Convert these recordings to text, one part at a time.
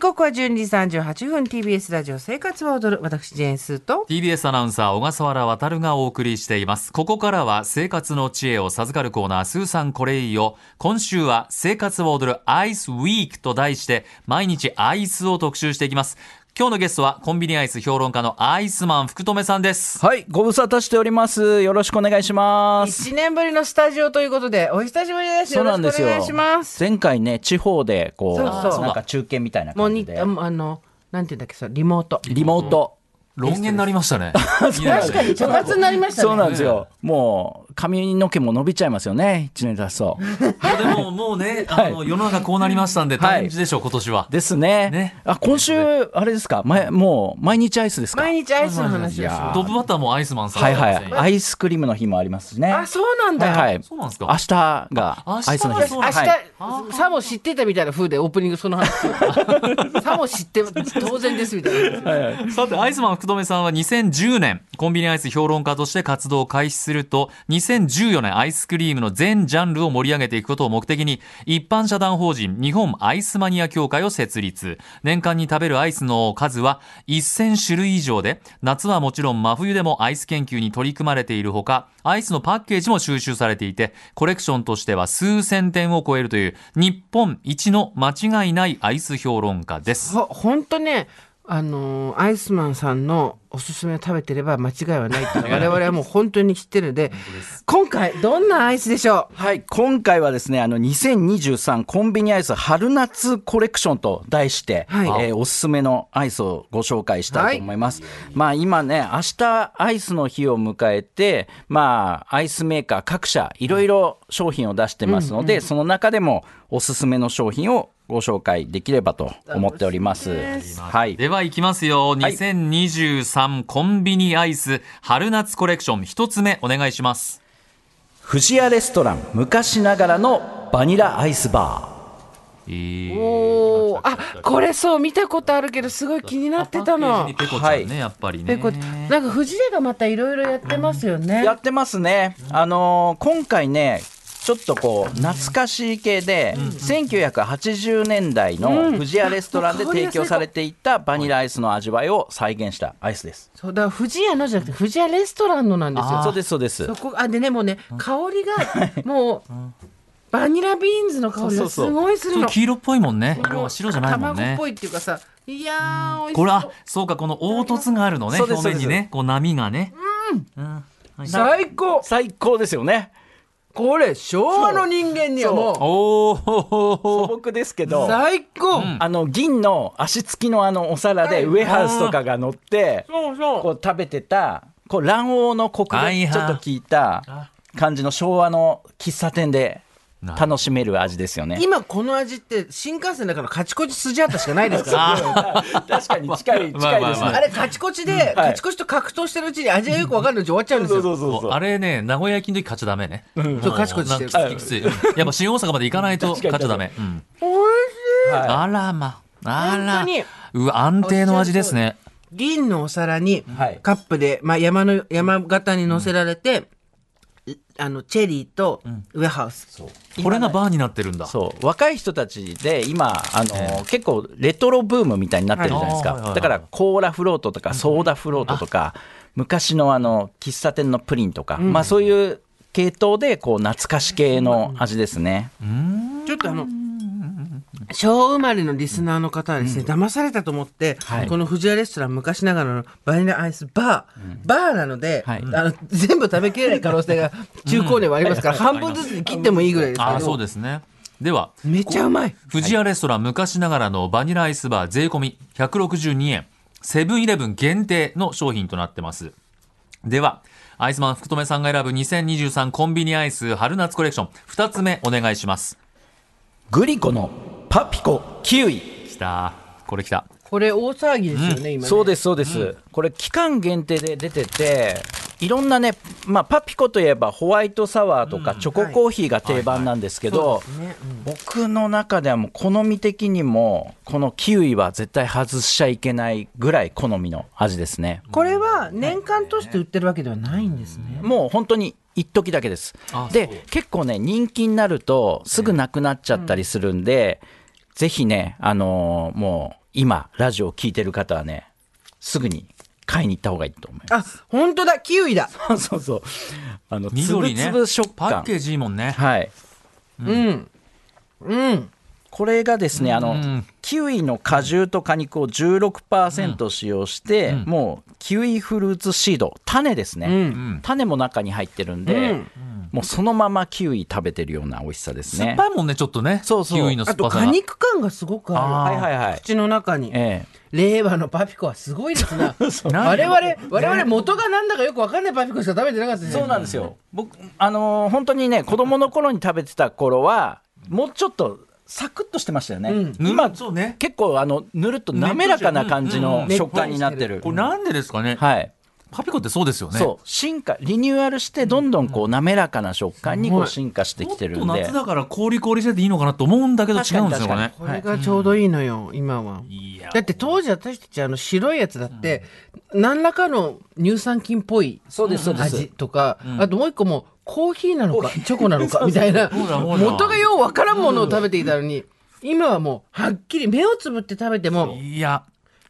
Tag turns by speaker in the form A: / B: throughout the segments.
A: 刻は12時38分 TBS ラジオ生活は踊る私ジェーンスーと
B: TBS アナウンサー小笠原渉がお送りしていますここからは生活の知恵を授かるコーナー「スーさんこれいいよ」今週は「生活を踊るアイスウィーク」と題して毎日アイスを特集していきます今日のゲストはコンビニアイス評論家のアイスマン福留さんです
C: はい、ご無沙汰しております。よろしくお願いします。
A: 1年ぶりのスタジオということでお久しぶりですよろしくお願いします
C: 前回ね、地方で、こう、
A: そうそう
C: なんか中継みたいな
A: もう
C: 感じ
A: に
C: で
A: あ。もうあのなんていうんだっけそれリモート
C: リモート。
B: 論言になりま したね
A: 確かに茶髪になりましたね
C: そうなんですよ。もう、髪の毛も伸びちゃいますよね。一年経つと。
B: でももうねあの、世の中こうなりましたんで大変でしょう今年は
C: ですね。
B: ね
C: あ、今週、あれですか、前、もう、毎日アイスですか。
A: 毎日アイスの話をしま
B: トップバッターもアイスマンさん
C: はいはい。
B: ですね
C: アイスクリームの日もありますしね。
A: すあ
C: は
A: そうなん
C: い
A: だ、
C: はい。
B: そうなんですか
C: 明日が
B: あ明日は
C: アイスの日です。
B: そう
A: 明日、
C: はい
A: さも知ってたみたいな風でオープニングその話す るさも知って当然ですみたいな
B: さてアイスマン福留さんは2010年コンビニアイス評論家として活動を開始すると2014年アイスクリームの全ジャンルを盛り上げていくことを目的に一般社団法人日本アイスマニア協会を設立年間に食べるアイスの数は1000種類以上で夏はもちろん真冬でもアイス研究に取り組まれているほかアイスのパッケージも収集されていてコレクションとしては数千点を超えるという日本一の間違いないアイス評論家です
A: ほほんとねあのーアイスマンさんのおすすめを食べてれば間違いはないっていうのは我々はもう本当に知ってるので今回どんなアイスでしょう
C: はい、今回はですね、あの、2023コンビニアイス春夏コレクションと題して、
A: はい
C: えーおすすめのアイスをご紹介したいと思います。まあ今ね、明日アイスの日を迎えて、まあ、アイスメーカー各社、いろいろ商品を出してますので、その中でもおすすめの商品をご紹介できればと思っております。はい。
B: では行きますよ。
C: い
B: 2023コンビニアイス春夏コレクション一つ目お願いします。
C: 藤屋レストラン、昔ながらのバニラアイスバ
A: おーあこれそう見たことあるけどすごい気になってたの
B: ペコちゃ
C: は
B: んね、
C: い
B: やっぱり
A: ペ
B: ね。
A: コなんか藤江がまたいろいろやってますよね
C: ー。やってますね。あのー今回ね、ちょっとこう懐かしい系で、1980年代の藤屋レストランで提供されていたバニラアイスの味わいを再現したアイスです。
A: そうだから藤屋のじゃなくて藤屋レストランのなんですよ
C: そうですそうです
A: そ。こあでねもうね香りがもうバニラビーンズの香りがすごいす
B: ち
A: る
B: ょっ
A: の
B: と黄色っぽいもんね。色は白じゃないもん
A: 卵っ
B: ね
A: ぽ。いっていうかさいやー美味し
B: これ
A: そ
B: あ
A: う
B: そうかこの凹凸があるのね
C: そうです
B: 表面に
C: そう
B: ねこう波がね。
A: 最高
C: 最高ですよね。
A: これ昭和の人間にはも
B: おお。
C: 素朴ですけ
A: う
C: ど。
A: 最高
C: あの銀の足つきのあのお皿でウェハースとかが乗って
A: そうそ
C: こ
A: う
C: う食べてたこう卵黄のコクが
B: はい
C: ちょ
B: はい
C: っと効いた感じの昭和の喫茶店で楽しめる味ですよね。
A: 今この味って新幹線だからカチコチ筋あったしかないですから
C: 確かに近い近いです
B: まあまあま
A: あ
C: ね。
A: れカチコチでカチコチと格闘してるうちに味がよくわかるのに終わっちゃうんです
C: そう
A: よ
C: そうそうそう。
B: あれね名古屋焼きの時勝っちゃダメね。
A: そうカチコチしてる
B: なんかきついきついうんやっぱ新大阪まで行かないと勝っちゃダメ。うん
A: 美味しい
B: あらまあ
A: 本
B: ら
A: 当に。
B: うわ安定の味ですね。
A: 銀のお皿に
C: はい
A: カップで、まあ、山の山形に乗せられて、いあのチェリーとウェハース、
B: これがバーになってるんだ。
C: そう若い人たちで今、あの結構レトロブームみたいになってるじゃないです
B: はいあーは
C: か、
B: いはいはい
C: だからコーラフロートとかソーダフロートとか、昔のあの喫茶店のプリンとか、まあ、そういう系統でこう懐かし系の味ですね、
A: ちょっとあの昭和生まれのリスナーの方はですね、騙されたと思って、
C: はい
A: この藤屋レストラン昔ながらのバニラアイスバー、バーなので、
C: はい
A: あの全部食べきれない可能性が中高年はありますから、半分ずつに切ってもいいぐらいですけ
B: あーそう
A: ど
B: ですね。では
A: めちゃうまい
B: 藤屋レストラン昔ながらのバニラアイスバー税込み162円セブンイレブン限定の商品となってますではアイスマン福留さんが選ぶ2023コンビニアイス春夏コレクション2つ目お願いします
C: グリコのパピコキウイ
B: きたこれきた
A: これ大騒ぎですよね、今ね
C: そうですそうです、これ期間限定で出てていろんなね、まあ、パピコといえばホワイトサワーとかチョココーヒーが定番なんですけど
A: ねうん
C: 僕の中ではもう好み的にもこのキウイは絶対外しちゃいけないぐらい好みの味ですね
A: これは年間として売ってるわけではないんですね、
C: もう本当に一時だけです
B: あそう
C: で結構ね人気になるとすぐなくなっちゃったりするんで、ぜひねあのーもう今、ラジオを聞いてる方はね、すぐに買いに行った方がいいと思いま
A: あ本当だキウイだ
C: す。そうそう。あの、つぶ
B: 緑ね
C: つぶ食
B: パッ
C: 感。
B: ケージいいもんね
C: はい。
A: うんうん
C: これがですね、あの、
B: ん
C: キウイの果汁と果肉を16%使用して、もうキウイフルーツシード、種ですね、
A: ん
C: 種も中に入ってるんで、
A: うん
C: もうそのままキウイ食べてるような美味しさです
B: 酸っ
C: ね。
B: ぱいもんねちょっとね
C: そうそう
B: キウイの
A: あ
B: 酸っ
A: と
B: ぱさ
A: 果
B: が
A: 肉感がすごくあ
C: はい
A: る
C: はいはい。
A: 口の中に
C: え
A: 令和のパピコはすごいですな
B: 何
A: 我々我々元がなんだかよくわかんないパピコしか食べてなかったで
C: え、
A: すね
C: そうなんですよ。僕、あのー本当にね、子供の頃に食べてた頃は、もうちょっとサクッとしてましたよね。
B: ぬ
C: 今、
B: そうね
C: 結構あのぬるっと滑らかな感じ
B: うんうん
C: の
B: うん
C: 食感になってる。
B: これなんでですかね、
C: はい。
B: パピコってそうですよね
C: そう進化リニューアルしてどんどんこう滑らかな食感にこう進化して
B: も
C: き
B: って
C: る
B: と
C: んで
B: 夏だから氷氷してていいのかなと思うんだけど違うんですよ
C: 確かに確かに
B: ね
A: これがちょうどいいのよ、今は。
B: いや
A: だって当時私たちあの白いやつだって、何らかの乳酸菌っぽい
C: そうですそうです
A: 味とか、あともう一個もコーヒーなのかチョコなのかみたいな
B: そうだそうだ
A: 元がようわからんものを食べていたのに、今はもうはっきり目をつぶって食べても
B: いや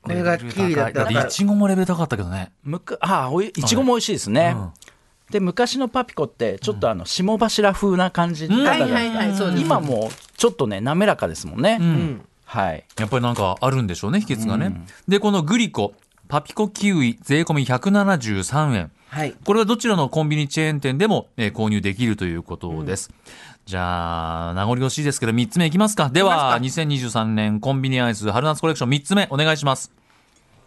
A: これがキウイだった
B: だっていちごもレベル高かったけどね
C: むくああおいいちごも美味しいですね、
B: うん
C: で昔のパピコってちょっとあの霜柱風な感じだったじゃないですか
A: はいはいはいそうです
C: 今もうちょっとね滑らかですもんね、
B: ん
C: はい
B: やっぱりなんかあるんでしょうね、秘訣がね。で、このグリコ、パピコキウイ、税込み173円。
A: はい
B: これはどちらのコンビニチェーン店でも、えー購入できるということです。じゃあ、名残惜しいですけど、3つ目いきますか。では、2023年コンビニアイス春夏コレクション3つ目お願いします。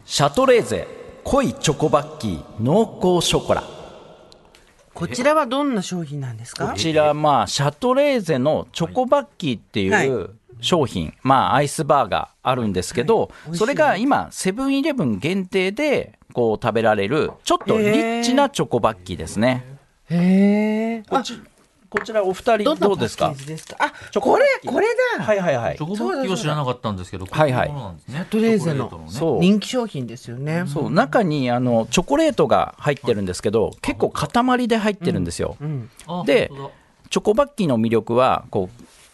C: シャトレーゼ濃いチョコバッキー濃厚ショコラ
A: こちらはどんな商品なんです
C: こ
A: か
C: ちらまあシャトレーゼのチョコバッキーって
A: はいいう
C: 商品、まあアイスバーがあるんですけど、
A: 美味しい
C: それが今セブンイレブン限定でこう食べられるちょっとリッチなチョコバッキーですね、
A: へえ
C: こっちこちらお二人
A: どんな
C: ど
A: パ
C: うです
A: ッケ
C: か
A: ージですかあ
C: チョ
A: こ
C: コバ
A: れ
C: ッキー
A: これだ、
C: はいはいはい
B: チョコバッキーは知らなかったんですけど、こう
C: は
B: う
C: いはい
B: ものなんですね。
A: トレーゼの
B: チョコレートね
C: そう
A: 人気商品ですよね
C: そう中にあのチョコレートが入ってるんですけど結構塊で入ってるんですよ、
A: うん
B: あ
C: で
B: 本
C: チョコバッキーの魅力はこ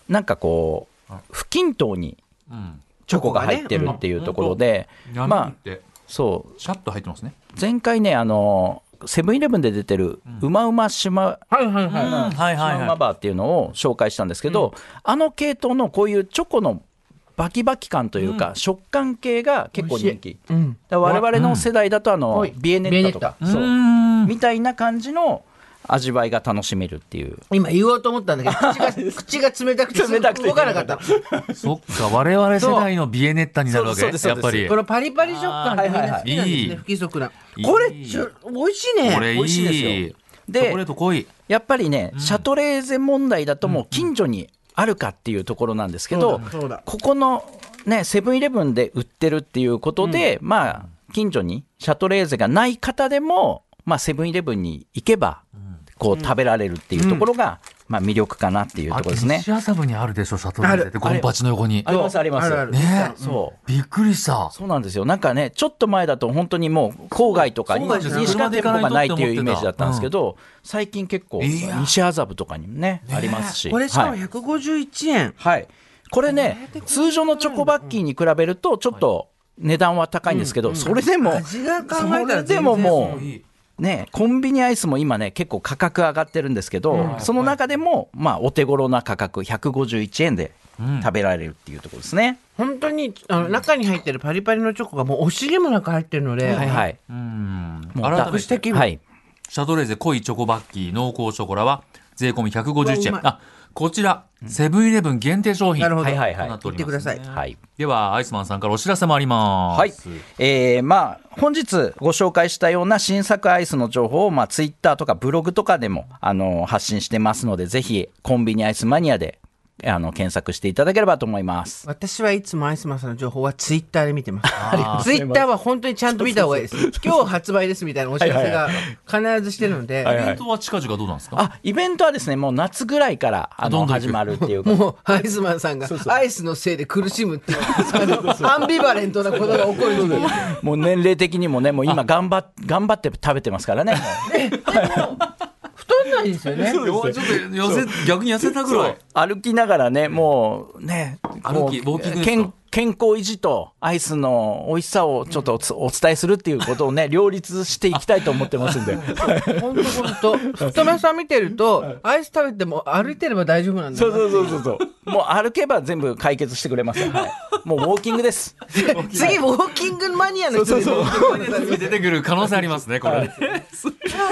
C: うなんかこう不均等に
B: 当だうん。
C: チョコが入ってるっていうところで、
B: ま
C: ま
B: あ
C: あ、そう
B: シャッと入ってますね。
C: 前回ねあのセブンイレブンで出てるうまうましま、
A: はいはい
B: うん
A: は
B: はいはい
C: シ
B: は
C: マ
B: い。
C: ウマバーっていうのを紹介したんですけど、あの系統のこういうチョコのバキバキ感というか、食感系が結構人気
A: い、うん
C: だから我々の世代だとあの、
A: はい
C: ビエネッタとか
A: ビ
C: そううんみたいな感じの味わいが楽しめるっていう
A: 今言おうと思ったんだけど口が口が冷たくてすぐ
C: 冷たくて
A: 動かなかった
B: そっか、我々世代のビエネッタになるわ
C: そ
B: け
C: うです
B: やっぱり。
A: こ
B: こ
A: のパリパリ食感がみんな好きなん
B: はいはい
A: です
B: は
A: ね
B: い
A: 不規則ない
B: い
A: これちょ美味しいね
B: れい
C: 美味しいですよ
B: い。
C: で
B: チョコレート濃い。
C: やっぱりね、シャトレーゼ問題だともう近所にあるかっていうところなんですけ
A: そ
C: ど、
A: うだそうだ
C: ここのねセブンイレブンで売ってるっていうことで、まあ近所にシャトレーゼがない方でもまあセブンイレブンに行けばこう食べられるっていうところが、まあ魅力かなっていうところですね。
B: 西麻布にあるでしょ、シャトルーゼって。ゴンパチの横に
C: あ。りますあります。
A: あるある
B: ね
C: そう。
B: びっくりした。
C: そうなんですよなんかね、ちょっと前だと本当にもう郊外とかに
B: そうなんですよ
C: にしか店舗がないっていうイメージだったんですけど、最近結構、
B: いや
C: 西麻布とかにもね、ありますし。
A: これしかも
C: はい
A: 151円
C: はい。これね、通常のチョコバッキーに比べると、ちょっと値段は高いんですけど、それでも、
A: 味が考え
C: そ
A: た
C: れ
A: ら
C: でもも、
B: いいう
C: ね、コンビニアイスも今ね、結構価格上がってるんですけど、その中でも、まあ、お手頃な価格、151円で食べられるっていうところですね。
A: 本当にあの中に入ってるパリパリのチョコがもう惜しげもなく入ってるので
C: はいはい。
B: うん。
C: もう
B: 改め
A: 得して
B: て、
A: 気分
C: はい。
B: シャトレーゼ濃いチョコバッキー濃厚ショコラは税込み
A: う
B: 151
A: わうまい
B: 円。あ、こちら、セブンイレブン限定商品。
A: なるほど
C: はいはいはい
B: となってお
A: 言っ
B: り
A: て
B: ま
A: く
B: す
A: ださい
C: はい。
B: では、アイスマンさんからお知らせもあります。
C: はい。えーまあ、本日ご紹介したような新作アイスの情報を、まあ、ツイッターとかブログとかでも、あの、発信してますので、ぜひ、コンビニアイスマニアで、あの、検索していただければと思います。
A: 私はいつもアイスマンさんの情報はツイッターで見てます。ツイッターは本当にちゃんと見た方がいいです。今日発売ですみたいなお知らせが必ずしてるので、
B: イベントは近々どうなんですか
C: あ、イベントはですね、もう夏ぐらいから、あの、
B: どんどん行
C: 始
B: く
C: まるっていうか。
A: もうアイスマンさんがアイスのせいで苦しむっていうあのアンビバレントなことが起こる時に
C: もう年齢的にもね、もう今頑張っ、頑張って食べてますからね。
A: 太んないですよね
B: ちょっと痩せ、逆に痩せたぐらい。
C: 歩きながらね、もうね、
B: 歩き
C: こう
B: ウォーキングですか
C: 健健康維持とアイスの美味しさをちょっとお伝えするっていうことをね、両立していきたいと思ってます んで。
A: 本当本当。太めさん見てると、アイス食べても歩いてれば大丈夫なんだ
C: そうそうそうそうそう。もう歩けば全部解決してくれます。はい、もうウォーキングです。
A: 次、ウォーキングマニアの人でも
B: 出てくる可能性ありますね、これ。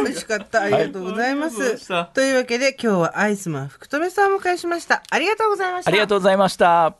A: 美味しかった。ありがとうございま
B: はいありがとうございますした。
A: というわけで、今日はアイスマン福留さんをお迎えしました。ありがとうございました。
C: ありがとうございました。